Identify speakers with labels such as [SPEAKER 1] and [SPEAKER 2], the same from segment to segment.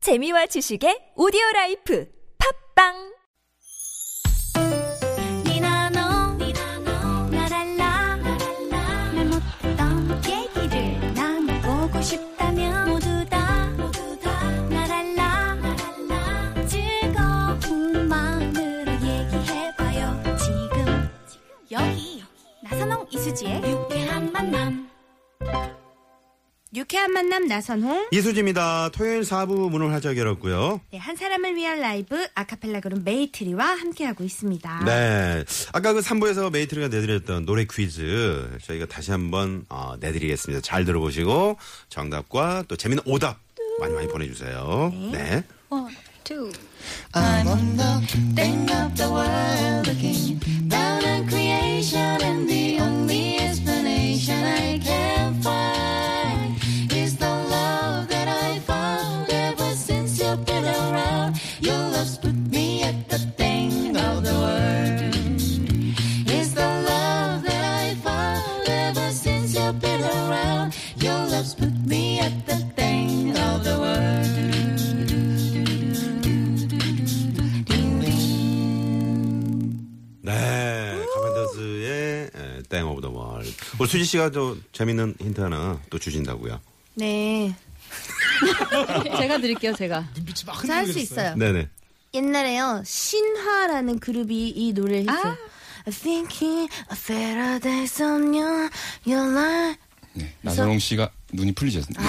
[SPEAKER 1] 재미와 지식의 오디오 라이프 팝빵
[SPEAKER 2] 니나노 나랄라 말 못했던 얘기를 나눠보고 싶다면 모두 다 나랄라 즐거운 마음으로 얘기해봐요 지금 여기 나선홍 이수지의 유쾌한 만남
[SPEAKER 3] 유쾌한 만남 나선홍.
[SPEAKER 4] 이수지입니다. 토요일 4부 문을 활짝 열었고요.
[SPEAKER 3] 네, 한 사람을 위한 라이브 아카펠라 그룹 메이트리와 함께하고 있습니다.
[SPEAKER 4] 네. 아까 그 3부에서 메이트리가 내드렸던 노래 퀴즈 저희가 다시 한번 어, 내드리겠습니다. 잘 들어보시고 정답과 또 재미있는 오답 많이 많이 보내주세요. 네.
[SPEAKER 5] I'm on the thing of the world again. Down on creation, and the only explanation I can find is the love that I found ever since you've been around. Your love's put me at the thing of the world. Is the love that I found ever since you've been around. Your love's put me at the thing of the world.
[SPEAKER 4] 네. 카펜터스의 땡 오브 더 월. 우리 수지 씨가 또 재미있는 힌트 하나 또 주신다고요.
[SPEAKER 3] 네. 제가 드릴게요, 제가. 저 할 수 있어요.
[SPEAKER 4] 네네.
[SPEAKER 3] 옛날에요, 신화라는 그룹이 이 노래를 했어요. Thinking of better days on your, your life.
[SPEAKER 6] 네, 나선홍 씨가 눈이 풀리셨습니다.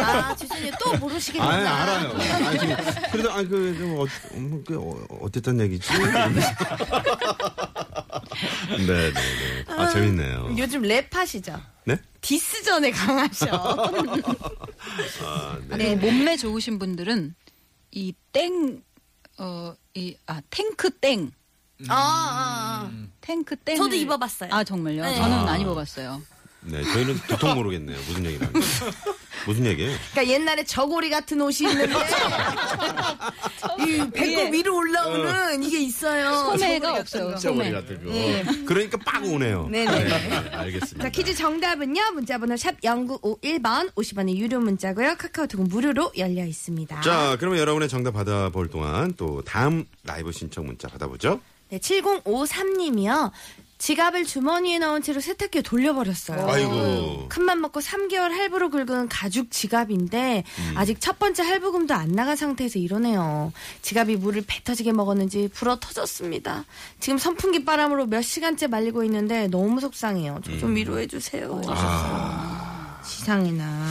[SPEAKER 3] 아, 죄송해요. 또 모르시겠구나.
[SPEAKER 4] 아니, 알아요. 아니, 지금 그래도, 아니, 그, 좀 어, 음, 그, 어, 어땠단 얘기지? 네네네. 아, 재밌네요.
[SPEAKER 3] 요즘 랩하시죠?
[SPEAKER 4] 네?
[SPEAKER 3] 디스전에 강하셔.
[SPEAKER 7] 네, 몸매 좋으신 분들은 이 땡, 어, 이, 아, 탱크 땡. 음.
[SPEAKER 3] 아, 아, 아.
[SPEAKER 7] 탱크 땡.
[SPEAKER 3] 저도 입어봤어요. 네.
[SPEAKER 7] 아, 정말요? 저는 안 입어봤어요.
[SPEAKER 4] 네, 저희는 도통 모르겠네요. 무슨 얘기를 하는지. 무슨 얘기예요?
[SPEAKER 3] 그러니까 옛날에 저고리 같은 옷이 있는데 이 배꼽 위로
[SPEAKER 4] 어.
[SPEAKER 3] 올라오는 이게 있어요.
[SPEAKER 7] 소매가 없어요. 소매.
[SPEAKER 4] 같은 거. 그러니까 빡 오네요.
[SPEAKER 3] 네. 네네.
[SPEAKER 4] 알겠습니다.
[SPEAKER 3] 자, 퀴즈 정답은요. 문자번호 샵 0951번 50원의 유료 문자고요. 카카오톡은 무료로 열려 있습니다.
[SPEAKER 4] 자, 그러면 여러분의 정답 받아볼 동안 또 다음 라이브 신청 문자 받아보죠.
[SPEAKER 3] 네, 7053님이요. 지갑을 주머니에 넣은 채로 세탁기에 돌려버렸어요.
[SPEAKER 4] 아이고.
[SPEAKER 3] 큰맘 먹고 3개월 할부로 긁은 가죽 지갑인데
[SPEAKER 4] 음.
[SPEAKER 3] 아직 첫 번째 할부금도 안 나간 상태에서 이러네요. 지갑이 물을 뱉어지게 먹었는지 불어 터졌습니다. 지금 선풍기 바람으로 몇 시간째 말리고 있는데 너무 속상해요. 저
[SPEAKER 4] 음.
[SPEAKER 3] 좀 위로해 주세요.
[SPEAKER 4] 아.
[SPEAKER 3] 지상이나.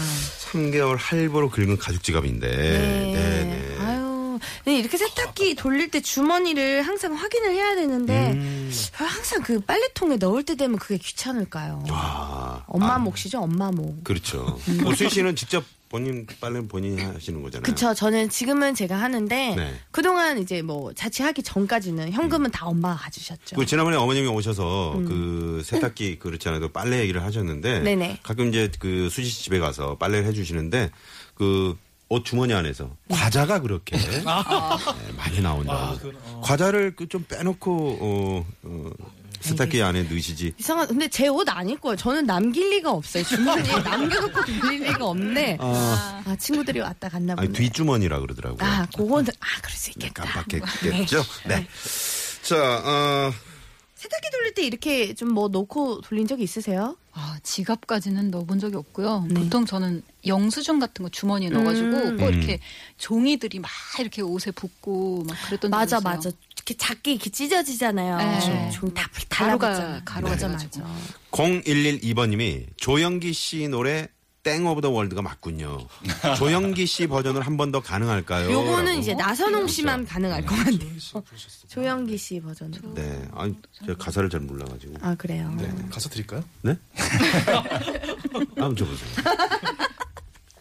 [SPEAKER 4] 3개월 할부로 긁은 가죽 지갑인데. 네, 네.
[SPEAKER 3] 아유. 네, 이렇게 세탁기 돌릴 때 주머니를 항상 확인을 해야 되는데
[SPEAKER 4] 음.
[SPEAKER 3] 항상 그 빨래통에 넣을 때 되면 그게 귀찮을까요?
[SPEAKER 4] 아,
[SPEAKER 3] 엄마 몫이죠, 엄마 몫.
[SPEAKER 4] 그렇죠. 우수희 씨는 직접 본인 빨래는 본인이 하시는
[SPEAKER 3] 음.
[SPEAKER 4] 거잖아요.
[SPEAKER 3] 그쵸. 저는 지금은 제가 하는데
[SPEAKER 4] 네. 음.
[SPEAKER 3] 그동안 이제 뭐 자취하기 전까지는 현금은 다 엄마가 가주셨죠.
[SPEAKER 4] 그 지난번에 어머님이 오셔서 그 세탁기 그렇지 않아도 빨래 얘기를 하셨는데
[SPEAKER 3] 음. 네네.
[SPEAKER 4] 가끔 이제 그 수지 씨 집에 가서 빨래를 해주시는데 그 옷 주머니 안에서 과자가 그렇게
[SPEAKER 3] 아.
[SPEAKER 4] 네, 많이 나온다. 과자를 그 좀 빼놓고 어, 어, 세탁기 안에 넣으시지.
[SPEAKER 3] 이상한 근데 제 옷 안 입고요. 저는 남길 리가 없어요. 주머니에 남겨놓고 돌릴 리가 없네. 아, 친구들이 왔다 갔나 보네.
[SPEAKER 4] 아니 뒷주머니라 그러더라고요.
[SPEAKER 3] 아, 그거는 아 그럴 수 있겠다.
[SPEAKER 4] 깜빡했겠죠. 네. 자, 어,
[SPEAKER 3] 세탁기 돌릴 때 이렇게 좀 뭐 놓고 돌린 적 있으세요?
[SPEAKER 7] 아, 지갑까지는 넣어본 적이 없고요.
[SPEAKER 3] 네.
[SPEAKER 7] 보통 저는 영수증 같은 거 주머니에
[SPEAKER 3] 음.
[SPEAKER 7] 넣어가지고 꼭 이렇게 종이들이 막 이렇게 옷에 붙고 막 그랬던 적이
[SPEAKER 3] 맞아
[SPEAKER 7] 있어요.
[SPEAKER 3] 맞아. 이렇게 작게 이렇게 찢어지잖아요.
[SPEAKER 7] 네.
[SPEAKER 3] 종이 그렇죠. 다
[SPEAKER 7] 가루가
[SPEAKER 3] 달라붙잖아요.
[SPEAKER 7] 가루가
[SPEAKER 3] 맞아
[SPEAKER 7] 돼가지고.
[SPEAKER 3] 맞아.
[SPEAKER 4] 0112번님이 조영기 씨 노래 땡 오브 더 월드가 맞군요. 조영기 씨 버전을 한 번 더 가능할까요?
[SPEAKER 3] 요거는
[SPEAKER 4] 라고.
[SPEAKER 3] 이제 나선홍 씨만 가능할 것 같네요. 어? 조영기 씨 버전으로.
[SPEAKER 4] 어? 네. 아니, 제가 가사를 잘 몰라가지고.
[SPEAKER 3] 아 그래요.
[SPEAKER 8] 가서 드릴까요?
[SPEAKER 4] 네? 한번 줘보세요. 한번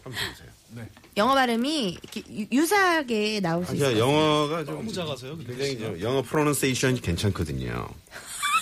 [SPEAKER 4] 줘보세요.
[SPEAKER 3] 영어 발음이 이렇게 유- 유사하게 나올 수
[SPEAKER 4] 아,
[SPEAKER 3] 있어요.
[SPEAKER 4] 제가 영어가 좀
[SPEAKER 8] 작아서요.
[SPEAKER 4] 굉장히 좀 영어 프로넌세이션이 괜찮거든요.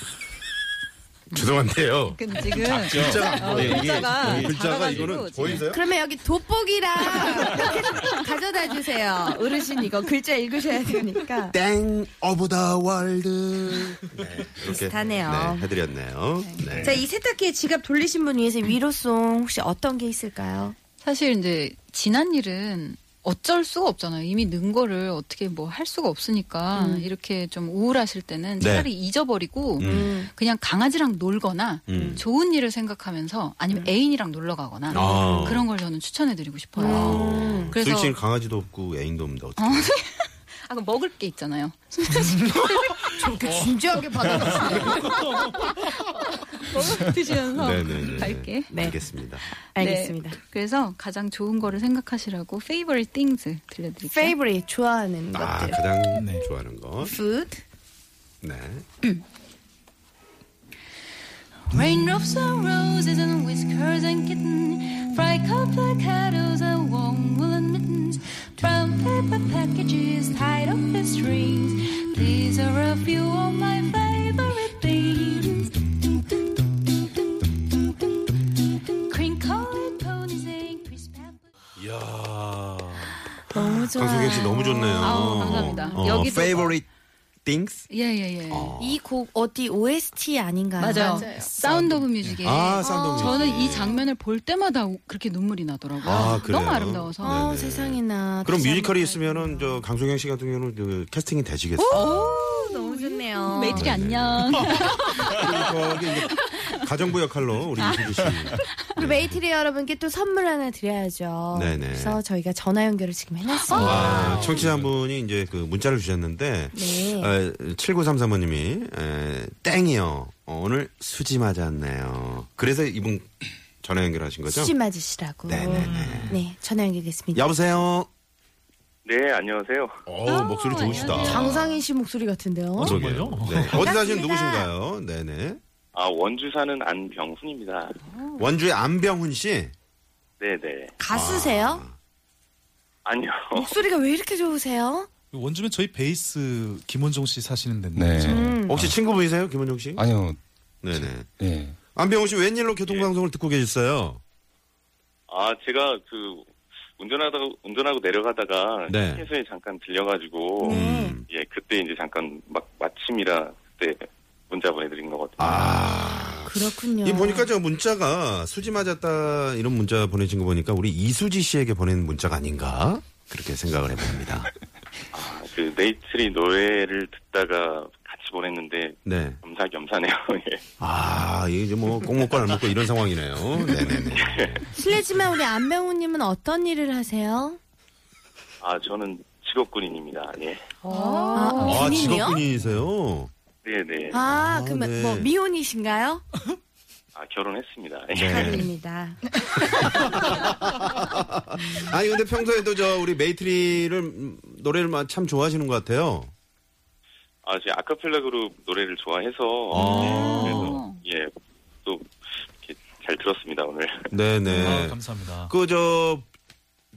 [SPEAKER 4] 죄송한데요.
[SPEAKER 7] 근데 지금
[SPEAKER 4] 글자, 네, 이게
[SPEAKER 7] 글자가
[SPEAKER 4] 글자가
[SPEAKER 7] 작아가지고
[SPEAKER 4] 이거는
[SPEAKER 7] 지금.
[SPEAKER 4] 보이세요?
[SPEAKER 3] 그러면 여기 돋보기랑 이렇게 좀 가져다 주세요. 어르신 이거 글자 읽으셔야 되니까.
[SPEAKER 4] 땡 오브 더 월드. 네, 이렇게
[SPEAKER 3] 비슷하네요.
[SPEAKER 4] 네, 해드렸네요. 네.
[SPEAKER 3] 자, 이 세탁기에 지갑 돌리신 분 위해서 위로송 혹시 어떤 게 있을까요?
[SPEAKER 7] 사실 이제 지난 일은 어쩔 수가 없잖아요. 이미 는 거를 어떻게 뭐 할 수가 없으니까
[SPEAKER 3] 음.
[SPEAKER 7] 이렇게 좀 우울하실 때는
[SPEAKER 4] 네.
[SPEAKER 7] 차라리 잊어버리고
[SPEAKER 4] 음.
[SPEAKER 7] 그냥 강아지랑 놀거나
[SPEAKER 4] 음.
[SPEAKER 7] 좋은 일을 생각하면서
[SPEAKER 3] 음.
[SPEAKER 7] 아니면 애인이랑 놀러 가거나
[SPEAKER 4] 아.
[SPEAKER 7] 그런 걸 저는 추천해드리고 싶어요. 음. 그래서-
[SPEAKER 4] 그래서 솔직히 강아지도 없고 애인도 없는데 어떻게?
[SPEAKER 7] 아, 그 먹을 게 있잖아요.
[SPEAKER 4] 어?
[SPEAKER 3] 그렇게 진지하게 받아.
[SPEAKER 7] 드시면서
[SPEAKER 4] 네,
[SPEAKER 7] 갈게.
[SPEAKER 3] 네.
[SPEAKER 4] 알겠습니다.
[SPEAKER 3] 알겠습니다.
[SPEAKER 7] 네, 그래서 가장 좋은 거를 생각하시라고 favorite things 들려드릴게요.
[SPEAKER 3] favorite 좋아하는
[SPEAKER 7] 네.
[SPEAKER 4] 아
[SPEAKER 3] 것들.
[SPEAKER 4] 가장 좋아하는 것.
[SPEAKER 3] food.
[SPEAKER 4] 네.
[SPEAKER 5] Raindrops on roses and whiskers and kitten. Fried cold avocados and warm woolen mittens. Brown paper packages tied up with strings. These are a few of my favorite things. Crinkle ponies and crisp apples.
[SPEAKER 3] 너무 좋아.
[SPEAKER 4] 강승현 씨 너무 좋네요.
[SPEAKER 7] 아우, 감사합니다.
[SPEAKER 4] 어,
[SPEAKER 7] 여기도- 뭐
[SPEAKER 4] favorite things.
[SPEAKER 7] 예예예.
[SPEAKER 4] 어.
[SPEAKER 3] 이 곡 어디 OST 아닌가요?
[SPEAKER 7] 맞아요. 사운드 오브 뮤직에
[SPEAKER 4] 아, 사운드 오브
[SPEAKER 7] 저는
[SPEAKER 4] 뮤직.
[SPEAKER 7] 이 장면을 볼 때마다 우- 그렇게 눈물이 나더라고요.
[SPEAKER 4] 아, 그래요?
[SPEAKER 7] 너무 아름다워서.
[SPEAKER 4] 네.
[SPEAKER 3] 어, 세상에나.
[SPEAKER 4] 그럼
[SPEAKER 3] 다시
[SPEAKER 4] 뮤지컬이 있으면은 저 강소경 씨 같은 경우는 그 캐스팅이 되시겠어요.
[SPEAKER 3] 한번- 너무 좋네요.
[SPEAKER 7] 어, 메이트리
[SPEAKER 4] 네, 네.
[SPEAKER 7] 안녕.
[SPEAKER 4] 아, 거기 이제 가정부 역할로 우리 이수지 씨.
[SPEAKER 3] 우리 메이트리 여러분께 또 선물 하나 드려야죠.
[SPEAKER 4] 네네. 아,
[SPEAKER 3] 그래서 저희가 전화 연결을 지금 해놨습니다.
[SPEAKER 4] 와, 청취자분이 이제 그 문자를 주셨는데
[SPEAKER 3] 네.
[SPEAKER 4] 에, 7933번님이 에, 아, 땡이요. 어, 오늘 수지 맞았네요. 그래서 이분 전화 연결하신 거죠?
[SPEAKER 3] 수지 맞으시라고.
[SPEAKER 4] 네네네.
[SPEAKER 3] 네, 전화 연결됐습니다.
[SPEAKER 4] 여보세요.
[SPEAKER 8] 네, 안녕하세요.
[SPEAKER 4] 어, 목소리 좋으시다.
[SPEAKER 3] 아, 예. 장상희 씨 목소리 같은데요.
[SPEAKER 4] 어,
[SPEAKER 9] 정말요?
[SPEAKER 4] 네. 어디 사시는 누구신가요? 네네.
[SPEAKER 8] 아, 원주 사는 안병훈입니다.
[SPEAKER 3] 음.
[SPEAKER 4] 원주의 안병훈 씨. 아.
[SPEAKER 8] 네네.
[SPEAKER 3] 아, 가수세요?
[SPEAKER 8] 아니요.
[SPEAKER 3] 목소리가 왜 이렇게 좋으세요?
[SPEAKER 9] 원주면 저희 베이스 김원종 씨 사시는 데인데.
[SPEAKER 6] 네.
[SPEAKER 9] 그죠?
[SPEAKER 3] 음.
[SPEAKER 4] 혹시 친구분이세요, 김원종 씨?
[SPEAKER 6] 아니요.
[SPEAKER 4] 네네.
[SPEAKER 6] 예.
[SPEAKER 4] 안병훈 씨 웬일로 교통방송을 듣고 계셨어요?
[SPEAKER 8] 아, 제가 그, 운전하다가, 운전하고 내려가다가,
[SPEAKER 4] 네.
[SPEAKER 8] 휴게소에 잠깐 들려가지고,
[SPEAKER 3] 네.
[SPEAKER 4] 음.
[SPEAKER 8] 예, 그때 이제 잠깐 막 마침이라 그때 문자 보내드린 거거든요.
[SPEAKER 4] 아.
[SPEAKER 3] 그렇군요.
[SPEAKER 4] 이 보니까 저 문자가 수지 맞았다 이런 문자 보내신 거 보니까 우리 이수지 씨에게 보낸 문자가 아닌가 그렇게 생각을 해봅니다.
[SPEAKER 8] 아, 그, 네이트리 노래를 듣다가 같이 보냈는데,
[SPEAKER 4] 네.
[SPEAKER 8] 겸사겸사네요. 예.
[SPEAKER 4] 아, 이게 뭐꼭 먹고 안 먹고 이런 상황이네요. 네네네.
[SPEAKER 3] 실례지만 우리 안병우님은 어떤 일을 하세요?
[SPEAKER 8] 아, 저는 직업군인입니다. 예.
[SPEAKER 4] 어.
[SPEAKER 3] 아,
[SPEAKER 7] 어,
[SPEAKER 4] 아,
[SPEAKER 3] 군인이요?
[SPEAKER 4] 직업군인이세요?
[SPEAKER 8] 네네. 아,
[SPEAKER 3] 아, 그러면
[SPEAKER 4] 네.
[SPEAKER 3] 뭐 미혼이신가요?
[SPEAKER 8] 결혼했습니다. 예.
[SPEAKER 4] 네.
[SPEAKER 3] 아닙니다.
[SPEAKER 4] 아니 근데 평소에도 저 우리 메이트리를 음, 노래를 막 참 좋아하시는 것 같아요.
[SPEAKER 8] 아, 제 아카펠라 그룹 노래를 좋아해서,
[SPEAKER 4] 아.
[SPEAKER 8] 예, 그래서, 예, 또, 이렇게 잘 들었습니다, 오늘.
[SPEAKER 9] 아,
[SPEAKER 4] 네네.
[SPEAKER 9] 감사합니다.
[SPEAKER 4] 그 저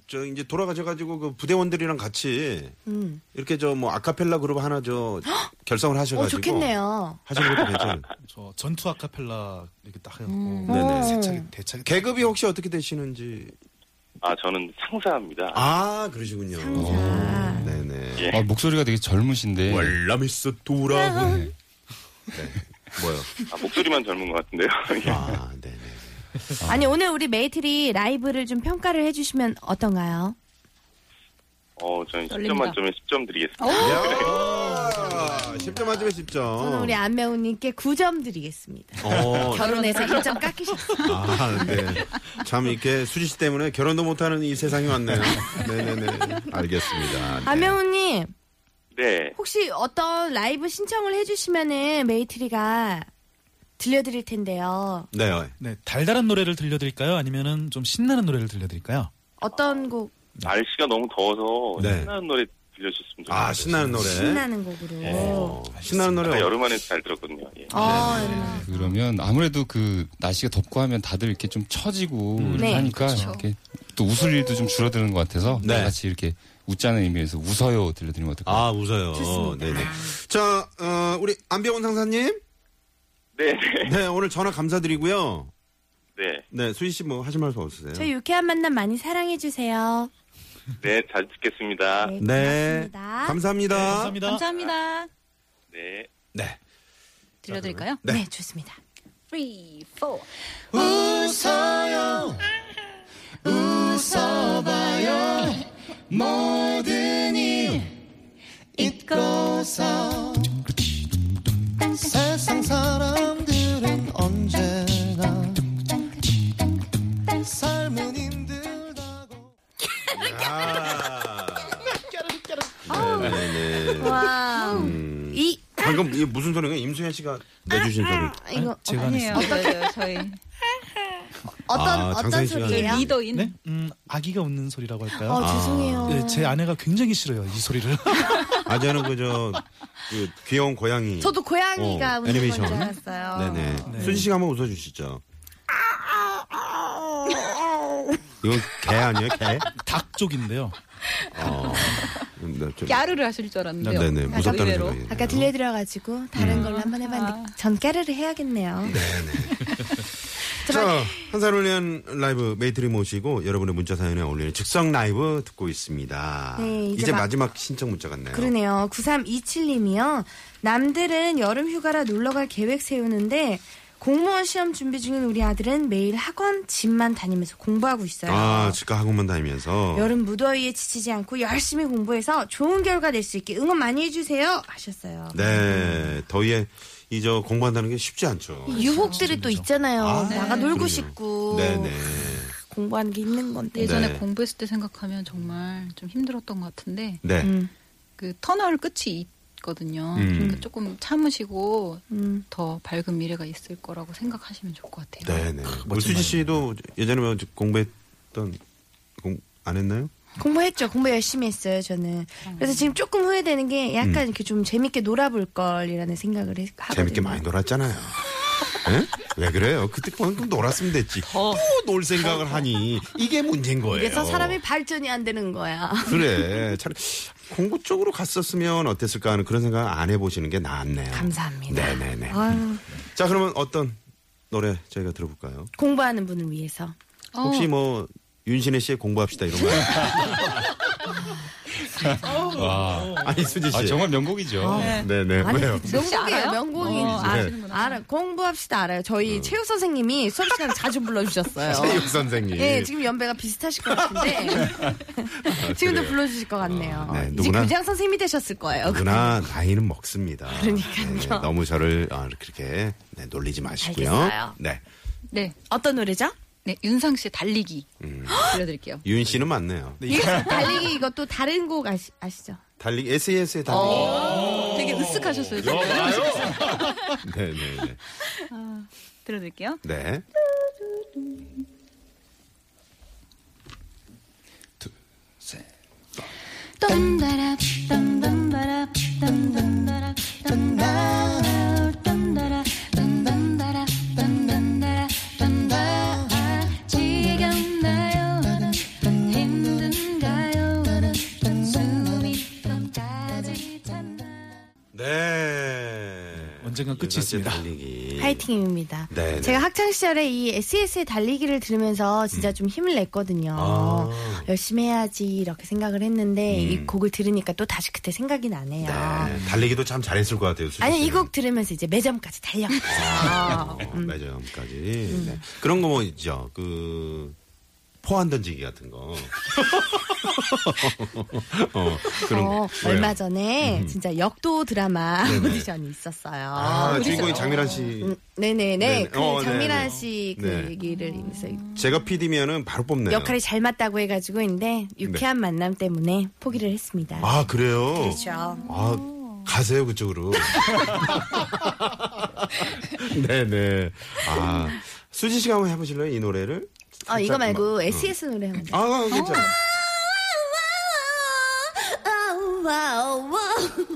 [SPEAKER 4] 저 이제 돌아가셔가지고 그 부대원들이랑 같이
[SPEAKER 3] 음.
[SPEAKER 4] 이렇게 저 뭐 아카펠라 그룹 하나 저 결성을 하셔가지고
[SPEAKER 3] 어, 좋겠네요.
[SPEAKER 4] 하시는 것도 괜찮은.
[SPEAKER 9] 저 전투 아카펠라 이렇게 딱 해갖고
[SPEAKER 3] 어.
[SPEAKER 4] 네네.
[SPEAKER 9] 세차게 대차게
[SPEAKER 4] 계급이 혹시 어떻게 되시는지?
[SPEAKER 8] 아, 저는 상사입니다.
[SPEAKER 4] 아 그러시군요. 오, 네네.
[SPEAKER 8] 예.
[SPEAKER 6] 아, 목소리가 되게 젊으신데.
[SPEAKER 4] 월남일스 돌아온. 네. 뭐요?
[SPEAKER 8] 아, 목소리만 젊은 것 같은데요. 예.
[SPEAKER 4] 아 네네.
[SPEAKER 3] 아니 오늘 우리 메이트리 라이브를 좀 평가를 해주시면 어떤가요?
[SPEAKER 8] 어, 저는 10점
[SPEAKER 7] 떨립니다.
[SPEAKER 8] 만점에 10점 드리겠습니다.
[SPEAKER 4] 야, 10점 맞으면 10점.
[SPEAKER 3] 저는 우리 안매우님께 9점 드리겠습니다.
[SPEAKER 4] 어,
[SPEAKER 3] 결혼해서 1점 깎이셨어요.
[SPEAKER 4] 아, 네. 참 이렇게 수지 씨 때문에 결혼도 못하는 이 세상이 왔네요. 네네네. 알겠습니다. 네.
[SPEAKER 3] 안매우님
[SPEAKER 8] 네.
[SPEAKER 3] 혹시 어떤 라이브 신청을 해주시면은 메이트리가 들려드릴 텐데요.
[SPEAKER 4] 네. 어,
[SPEAKER 9] 네, 달달한 노래를 들려드릴까요? 아니면은 좀 신나는 노래를 들려드릴까요?
[SPEAKER 3] 어떤 곡
[SPEAKER 8] 날씨가 너무 더워서
[SPEAKER 4] 네.
[SPEAKER 8] 신나는 노래 들려주셨으면 좋겠어요.
[SPEAKER 4] 아 신나는 노래.
[SPEAKER 3] 신나는 곡으로.
[SPEAKER 4] 어, 신나는 노래.
[SPEAKER 8] 제가 아, 여름 안에 잘 들었거든요. 예.
[SPEAKER 3] 아,
[SPEAKER 4] 네.
[SPEAKER 6] 그러면 아무래도 그 날씨가 덥고 하면 다들 이렇게 좀 처지고 이렇게
[SPEAKER 3] 네.
[SPEAKER 6] 하니까 이렇게 또 웃을 일도 좀 줄어드는 것 같아서
[SPEAKER 4] 네.
[SPEAKER 6] 다 같이 이렇게 웃자는 의미에서 웃어요 들려드리면 어떨까요?
[SPEAKER 4] 아 웃어요. 네네. 자 어, 우리 안병훈 상사님.
[SPEAKER 8] 네,
[SPEAKER 4] 네 오늘 전화 감사드리고요.
[SPEAKER 8] 네,
[SPEAKER 4] 네 수지 씨 뭐 하실 말씀 없으세요?
[SPEAKER 3] 저희 유쾌한 만남 많이 사랑해 주세요.
[SPEAKER 8] 네, 잘 듣겠습니다.
[SPEAKER 3] 네,
[SPEAKER 4] 네.
[SPEAKER 3] 고맙습니다.
[SPEAKER 4] 감사합니다.
[SPEAKER 9] 감사합니다.
[SPEAKER 7] 감사합니다.
[SPEAKER 8] 네.
[SPEAKER 4] 네.
[SPEAKER 7] 들려드릴까요?
[SPEAKER 4] 네.
[SPEAKER 3] 네, 좋습니다.
[SPEAKER 7] 3, 4.
[SPEAKER 5] 웃어요 웃어봐요 모든 일 잊고서 세상 사람들은 언제나 삶은 힘들다고
[SPEAKER 4] 네네네. 음.
[SPEAKER 3] 와. 이
[SPEAKER 4] 방금 아, 이게 무슨 소리가 임수현 씨가
[SPEAKER 3] 아,
[SPEAKER 4] 내주신 소리.
[SPEAKER 3] 이거
[SPEAKER 9] 네, 제가 안
[SPEAKER 4] 네,
[SPEAKER 7] 아니에요.
[SPEAKER 9] 했어요.
[SPEAKER 7] 어떻게 네, 저희
[SPEAKER 3] 어떤
[SPEAKER 4] 아,
[SPEAKER 3] 어떤
[SPEAKER 4] 장사의 시간이
[SPEAKER 3] 소리예요?
[SPEAKER 7] 리더인
[SPEAKER 9] 네? 음, 아기가 웃는 소리라고 할까요?
[SPEAKER 3] 어 죄송해요.
[SPEAKER 9] 네, 제 아내가 굉장히 싫어요 이 소리를.
[SPEAKER 4] 아, 저는 그저 그 귀여운 고양이.
[SPEAKER 3] 저도 고양이가
[SPEAKER 4] 어,
[SPEAKER 3] 웃는
[SPEAKER 4] 애니메이션.
[SPEAKER 3] 건줄 알았어요.
[SPEAKER 4] 네네.
[SPEAKER 9] 네.
[SPEAKER 4] 수지 씨가 한번 웃어주시죠. 이건 개 아니에요? 개?
[SPEAKER 9] 닭 쪽인데요.
[SPEAKER 4] 어. 음, 나 좀-
[SPEAKER 7] 야르를 하실 줄 알았는데요.
[SPEAKER 4] 네네. 무섭다는
[SPEAKER 7] 의외로.
[SPEAKER 4] 생각이.
[SPEAKER 3] 아까 들려드려가지고 다른
[SPEAKER 4] 음.
[SPEAKER 3] 걸로 한번 해봤는데 전 까르르 해야겠네요.
[SPEAKER 4] 자, 한살 올리한 라이브 메이트리 모시고 여러분의 문자 사연에 어울리는 즉석 라이브 듣고 있습니다.
[SPEAKER 3] 네,
[SPEAKER 4] 이제,
[SPEAKER 3] 이제 마-
[SPEAKER 4] 마지막 신청 문자 같네요.
[SPEAKER 3] 그러네요. 9327님이요. 남들은 여름 휴가라 놀러갈 계획 세우는데 공무원 시험 준비 중인 우리 아들은 매일 학원 집만 다니면서 공부하고 있어요.
[SPEAKER 4] 아, 집과 학원만 다니면서.
[SPEAKER 3] 여름 무더위에 지치지 않고 열심히 공부해서 좋은 결과 낼 수 있게 응원 많이 해주세요 하셨어요.
[SPEAKER 4] 네, 더위에 이 저 공부한다는 게 쉽지 않죠.
[SPEAKER 3] 이 유혹들이 또 있잖아요.
[SPEAKER 4] 아,
[SPEAKER 3] 나가
[SPEAKER 4] 네.
[SPEAKER 3] 놀고
[SPEAKER 4] 그럼요.
[SPEAKER 3] 싶고
[SPEAKER 4] 네네.
[SPEAKER 3] 공부하는 게 있는 건데.
[SPEAKER 7] 예전에
[SPEAKER 4] 네.
[SPEAKER 7] 공부했을 때 생각하면 정말 좀 힘들었던 것 같은데
[SPEAKER 4] 네.
[SPEAKER 3] 음,
[SPEAKER 7] 그 터널 끝이 있거든요.
[SPEAKER 4] 음.
[SPEAKER 7] 그러니까 조금 참으시고
[SPEAKER 3] 음.
[SPEAKER 7] 더 밝은 미래가 있을 거라고 생각하시면 좋을 것 같아요.
[SPEAKER 4] 네네. 우리 수지 씨도 예전에 뭐 공부했던 공 안 했나요?
[SPEAKER 3] 공부했죠. 공부 열심히 했어요. 저는. 그래서 지금 조금 후회되는 게 약간 이렇게 좀 재밌게 놀아볼 걸이라는 생각을 해- 하거든요.
[SPEAKER 4] 음. 재밌게 많이 놀았잖아요. 예? 왜 그래요? 그때만큼 놀았으면 됐지. 또 놀 생각을 하니 이게 문제인 거예요.
[SPEAKER 3] 그래서 사람이 발전이 안 되는 거야.
[SPEAKER 4] 그래. 차라리 공부 쪽으로 갔었으면 어땠을까 하는 그런 생각 안 해보시는 게 낫네요.
[SPEAKER 3] 감사합니다.
[SPEAKER 4] 네네네.
[SPEAKER 3] 아유,
[SPEAKER 4] 자, 그러면 어떤 노래 저희가 들어볼까요?
[SPEAKER 3] 공부하는 분을 위해서.
[SPEAKER 7] 어,
[SPEAKER 4] 혹시 뭐 윤신혜 씨의 공부합시다 이런 거
[SPEAKER 6] 와.
[SPEAKER 4] 아니 수지 씨.
[SPEAKER 6] 아, 정말 명곡이죠.
[SPEAKER 4] 네네. 왜요?
[SPEAKER 7] 혹시
[SPEAKER 3] 명곡이에요,
[SPEAKER 7] 알아요?
[SPEAKER 3] 명곡이지.
[SPEAKER 4] 네.
[SPEAKER 7] 어, 아시는구나.
[SPEAKER 3] 알아, 공부합시다 알아요. 저희 최우 선생님이 수업 시간에 자주 불러주셨어요.
[SPEAKER 4] 체육 음. 선생님.
[SPEAKER 3] 예, 지금 연배가 비슷하실 것 같은데 지금도
[SPEAKER 4] 그래요?
[SPEAKER 3] 불러주실 것 같네요.
[SPEAKER 4] 아, 네,
[SPEAKER 3] 이제
[SPEAKER 4] 누구나-
[SPEAKER 3] 교장 선생님이 되셨을 거예요.
[SPEAKER 4] 누구나 나이는 먹습니다. 그러니까요. 너무 저를 아, 그렇게 네, 놀리지 마시고요.
[SPEAKER 3] 알겠어요.
[SPEAKER 4] 네.
[SPEAKER 7] 네,
[SPEAKER 3] 어떤 노래죠?
[SPEAKER 7] 네 윤상 씨의 달리기
[SPEAKER 4] 음.
[SPEAKER 7] 들려드릴게요.
[SPEAKER 4] 윤 씨는 맞네요.
[SPEAKER 3] 예, 달리기 이것도 다른 곡 아시, 아시죠?
[SPEAKER 4] 달리기 SES의
[SPEAKER 3] 어.
[SPEAKER 4] 달리기.
[SPEAKER 7] 되게 으쓱하셨어요. 지금.
[SPEAKER 4] 네, 네, 네.
[SPEAKER 7] 들려드릴게요.
[SPEAKER 4] 네.
[SPEAKER 2] 딴다랍 딴딴다랍 딴딴다랍 딴다랍 딴다랍 딴딴다랍 딴딴다랍 딴다랍 지겹나요 딴 힘든가요 딴 숨이 땀까지 찬다
[SPEAKER 4] 네.
[SPEAKER 9] 언젠간 끝이
[SPEAKER 4] 윤상 씨의
[SPEAKER 9] 있습니다.
[SPEAKER 4] 달리기.
[SPEAKER 3] 파이팅입니다.
[SPEAKER 4] 예. 네, 네.
[SPEAKER 3] 제가 학창 시절에 이 SES의 달리기를 들으면서 진짜 좀 힘을 냈거든요.
[SPEAKER 4] 아.
[SPEAKER 3] 열심히 해야지 이렇게 생각을 했는데
[SPEAKER 4] 음.
[SPEAKER 3] 이 곡을 들으니까 또 다시 그때 생각이 나네요.
[SPEAKER 4] 네. 달리기도 참 잘했을 것 같아요. 수지
[SPEAKER 3] 아니
[SPEAKER 4] 씨는.
[SPEAKER 3] 이 곡 들으면서 이제 매점까지 달려갔어요.
[SPEAKER 4] 어, 매점까지. 네.
[SPEAKER 3] 음.
[SPEAKER 4] 그런 거 뭐 있죠. 그 포환 던지기 같은 거. 어, 그런 거.
[SPEAKER 3] 어, 얼마 전에 진짜 역도 드라마 오디션이 있었어요.
[SPEAKER 4] 아, 주인공이 장미란 씨.
[SPEAKER 3] 음, 네네네.
[SPEAKER 4] 네네.
[SPEAKER 3] 그
[SPEAKER 4] 어, 네네.
[SPEAKER 3] 장미란 씨 그
[SPEAKER 4] 네.
[SPEAKER 3] 얘기를 해서
[SPEAKER 4] 제가 PD면은 바로 뽑네요. 네.
[SPEAKER 3] 역할이 잘 맞다고 해가지고 했는데 유쾌한 만남 때문에 포기를 했습니다.
[SPEAKER 4] 아, 그래요?
[SPEAKER 3] 그렇죠.
[SPEAKER 4] 아, 가세요, 그쪽으로. 네네. 아, 수지 씨가 한번 해보실래요, 이 노래를?
[SPEAKER 3] 어, 이거
[SPEAKER 4] 살짝
[SPEAKER 3] 말고
[SPEAKER 4] 막-
[SPEAKER 3] SES 노래 하면 돼.
[SPEAKER 4] 어. 아, 괜찮아.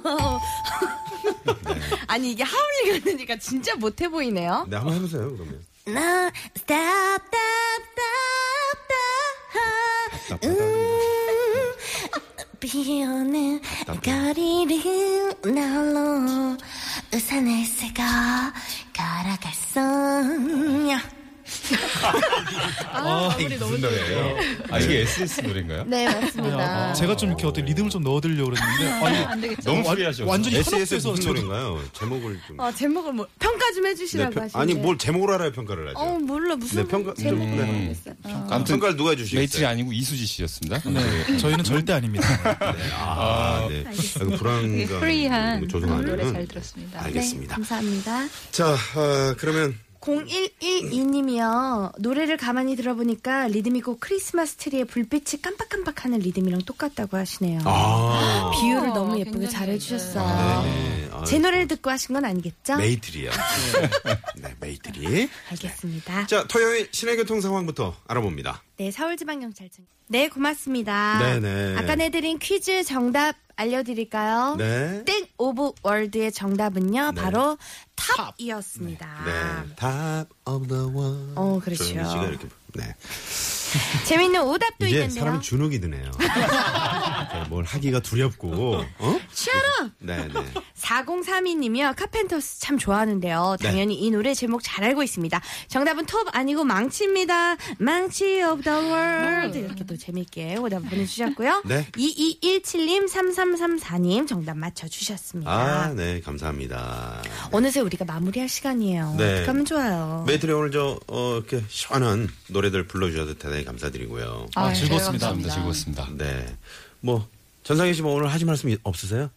[SPEAKER 4] 네.
[SPEAKER 3] 아니 이게 하울링 같으니까 진짜 못해 보이네요.
[SPEAKER 4] 네, 한번 해보세요, 그러면.
[SPEAKER 5] 나 stop stop stop stop 음, 비 오는 거리를 날로 우산을 쓰고 걸어갔어
[SPEAKER 9] 어,
[SPEAKER 6] 이게 무슨 노래예요? 아 이게 SS 노래인가요?
[SPEAKER 2] 네, 맞습니다.
[SPEAKER 9] 제가 좀 이렇게 어떤 리듬을 좀 넣어드리려고 그랬는데 아니,
[SPEAKER 7] 안 되겠죠.
[SPEAKER 6] 너무 수리하셔.
[SPEAKER 9] 완전히
[SPEAKER 4] SS
[SPEAKER 9] 현혹돼서
[SPEAKER 4] 무슨
[SPEAKER 9] 저도
[SPEAKER 4] 노래인가요? 제목을 좀.
[SPEAKER 3] 어, 제목을 뭐 평가 좀 해주시라고
[SPEAKER 4] 네, 편-
[SPEAKER 3] 하시는데
[SPEAKER 4] 아니 뭘 제목을 알아야 평가를 하죠.
[SPEAKER 3] 어 몰라 무슨
[SPEAKER 4] 네, 평가-
[SPEAKER 2] 제목
[SPEAKER 4] 음.
[SPEAKER 2] 모르겠어요.
[SPEAKER 6] 아무튼
[SPEAKER 4] 평가를 누가 해주시겠어요?
[SPEAKER 6] 메이트리 아니고 이수지 씨였습니다.
[SPEAKER 9] 네, 저희는 절대 아닙니다.
[SPEAKER 4] 네. 아, 네. 약간
[SPEAKER 7] 되게
[SPEAKER 4] 불안감.
[SPEAKER 7] 예, 프리한 노래 잘
[SPEAKER 4] 조성하는.
[SPEAKER 7] 들었습니다.
[SPEAKER 3] 네,
[SPEAKER 4] 알겠습니다.
[SPEAKER 3] 감사합니다.
[SPEAKER 4] 자, 아, 그러면
[SPEAKER 3] 0112님이요. 노래를 가만히 들어보니까 리듬이 꼭 크리스마스 트리의 불빛이 깜빡깜빡하는 리듬이랑 똑같다고 하시네요.
[SPEAKER 4] 아,
[SPEAKER 3] 비유를 너무 예쁘게
[SPEAKER 7] 굉장히
[SPEAKER 3] 잘 해주셨어요.
[SPEAKER 4] 네. 아,
[SPEAKER 3] 제 노래를 듣고 하신 건 아니겠죠?
[SPEAKER 4] 메이트리야. 네, 메이트리.
[SPEAKER 3] 알겠습니다.
[SPEAKER 4] 자, 토요일 시내 교통 상황부터 알아봅니다.
[SPEAKER 3] 네, 서울지방경찰청. 네, 고맙습니다.
[SPEAKER 4] 네네.
[SPEAKER 3] 아까 내드린 퀴즈 정답 알려드릴까요?
[SPEAKER 4] 네.
[SPEAKER 3] 땡 오브 월드의 정답은요,
[SPEAKER 4] 네.
[SPEAKER 3] 바로 탑이었습니다.
[SPEAKER 4] 네. Top of the world.
[SPEAKER 3] 어, 그렇죠.
[SPEAKER 4] 조용히 씨가 이렇게. 네.
[SPEAKER 3] 재밌는 오답도
[SPEAKER 4] 이게
[SPEAKER 3] 있는데요.
[SPEAKER 4] 사람이 주눅이 드네요. 네, 뭘 하기가 두렵고. 어?
[SPEAKER 3] 치아라!
[SPEAKER 4] 네, 네.
[SPEAKER 3] 4032님이요. 카펜터스 참 좋아하는데요.
[SPEAKER 4] 네.
[SPEAKER 3] 당연히 이 노래 제목 잘 알고 있습니다. 정답은 톱 아니고 망치입니다. 망치 오브 더 월드. 이렇게 또 재밌게 오답 보내주셨고요.
[SPEAKER 4] 네.
[SPEAKER 3] 2217님, 3334님 정답 맞춰주셨습니다.
[SPEAKER 4] 아, 네, 감사합니다.
[SPEAKER 3] 어느새 우리가 마무리할 시간이에요.
[SPEAKER 4] 네.
[SPEAKER 3] 어떻게 하면 좋아요.
[SPEAKER 4] 메이트리 오늘 저, 어, 이렇게 시원한 노래들 불러주셔서 대단히 감사드리고요.
[SPEAKER 7] 아,
[SPEAKER 9] 즐거웠습니다.
[SPEAKER 6] 감사합니다. 즐거웠습니다.
[SPEAKER 4] 네. 뭐, 전상현 씨뭐 오늘 하실 말씀 이- 없으세요?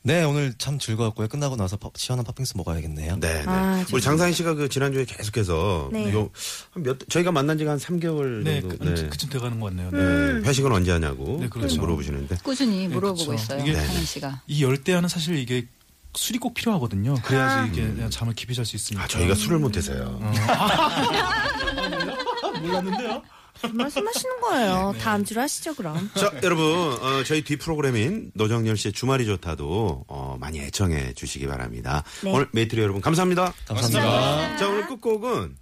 [SPEAKER 10] 네, 오늘 참 즐거웠고요. 끝나고 나서 팝- 시원한 팥빙수 먹어야겠네요.
[SPEAKER 4] 네, 네.
[SPEAKER 3] 아,
[SPEAKER 4] 우리
[SPEAKER 3] 죄송합니다.
[SPEAKER 4] 장상희 씨가 그 지난주에 계속해서
[SPEAKER 3] 네.
[SPEAKER 4] 요, 한 몇, 저희가 만난 지가 한 3개월
[SPEAKER 9] 네,
[SPEAKER 4] 정도.
[SPEAKER 9] 그, 그쯤 돼가는 것 같네요. 네.
[SPEAKER 4] 네, 회식은 언제 하냐고
[SPEAKER 9] 네, 그렇죠.
[SPEAKER 4] 물어보시는데.
[SPEAKER 7] 꾸준히 물어보고
[SPEAKER 9] 네, 그쵸.
[SPEAKER 7] 있어요.
[SPEAKER 9] 이게-
[SPEAKER 7] 상현 씨가.
[SPEAKER 9] 이 열대야는 사실 이게 술이 꼭 필요하거든요. 그래야지 이게 그냥 잠을 깊이 잘 수 있으니까.
[SPEAKER 4] 아, 저희가 술을 못해서요.
[SPEAKER 9] 어? 몰랐는데요.
[SPEAKER 3] 정말 술 마시는 거예요.
[SPEAKER 4] 네.
[SPEAKER 3] 다음 주로 하시죠, 그럼.
[SPEAKER 4] 자, 여러분, 어, 저희 뒤 프로그램인 노정열 씨의 주말이 좋다도 어, 많이 애청해 주시기 바랍니다.
[SPEAKER 3] 네.
[SPEAKER 4] 오늘 메이트리 여러분 감사합니다.
[SPEAKER 10] 감사합니다.
[SPEAKER 4] 자, 오늘 끝곡은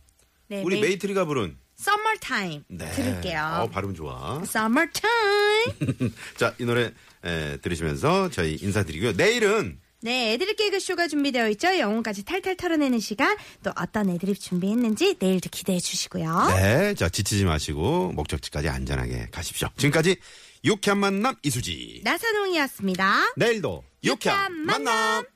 [SPEAKER 3] 네,
[SPEAKER 4] 우리
[SPEAKER 3] 메이-
[SPEAKER 4] 메이트리가 부른
[SPEAKER 3] Summertime
[SPEAKER 4] 네. 어,
[SPEAKER 3] 들을게요.
[SPEAKER 4] 발음 좋아.
[SPEAKER 3] Summertime.
[SPEAKER 4] 자, 이 노래 에, 들으시면서 저희 인사드리고요. 내일은
[SPEAKER 3] 네, 애드립 개그쇼가 준비되어 있죠. 영혼까지 탈탈 털어내는 시간. 또 어떤 애드립 준비했는지 내일도 기대해 주시고요.
[SPEAKER 4] 네, 자 지치지 마시고 목적지까지 안전하게 가십시오. 지금까지 유쾌한 만남 이수지.
[SPEAKER 3] 나선홍이었습니다.
[SPEAKER 4] 내일도
[SPEAKER 3] 유쾌한
[SPEAKER 4] 유쾌한
[SPEAKER 3] 네. 만남.
[SPEAKER 4] 만남.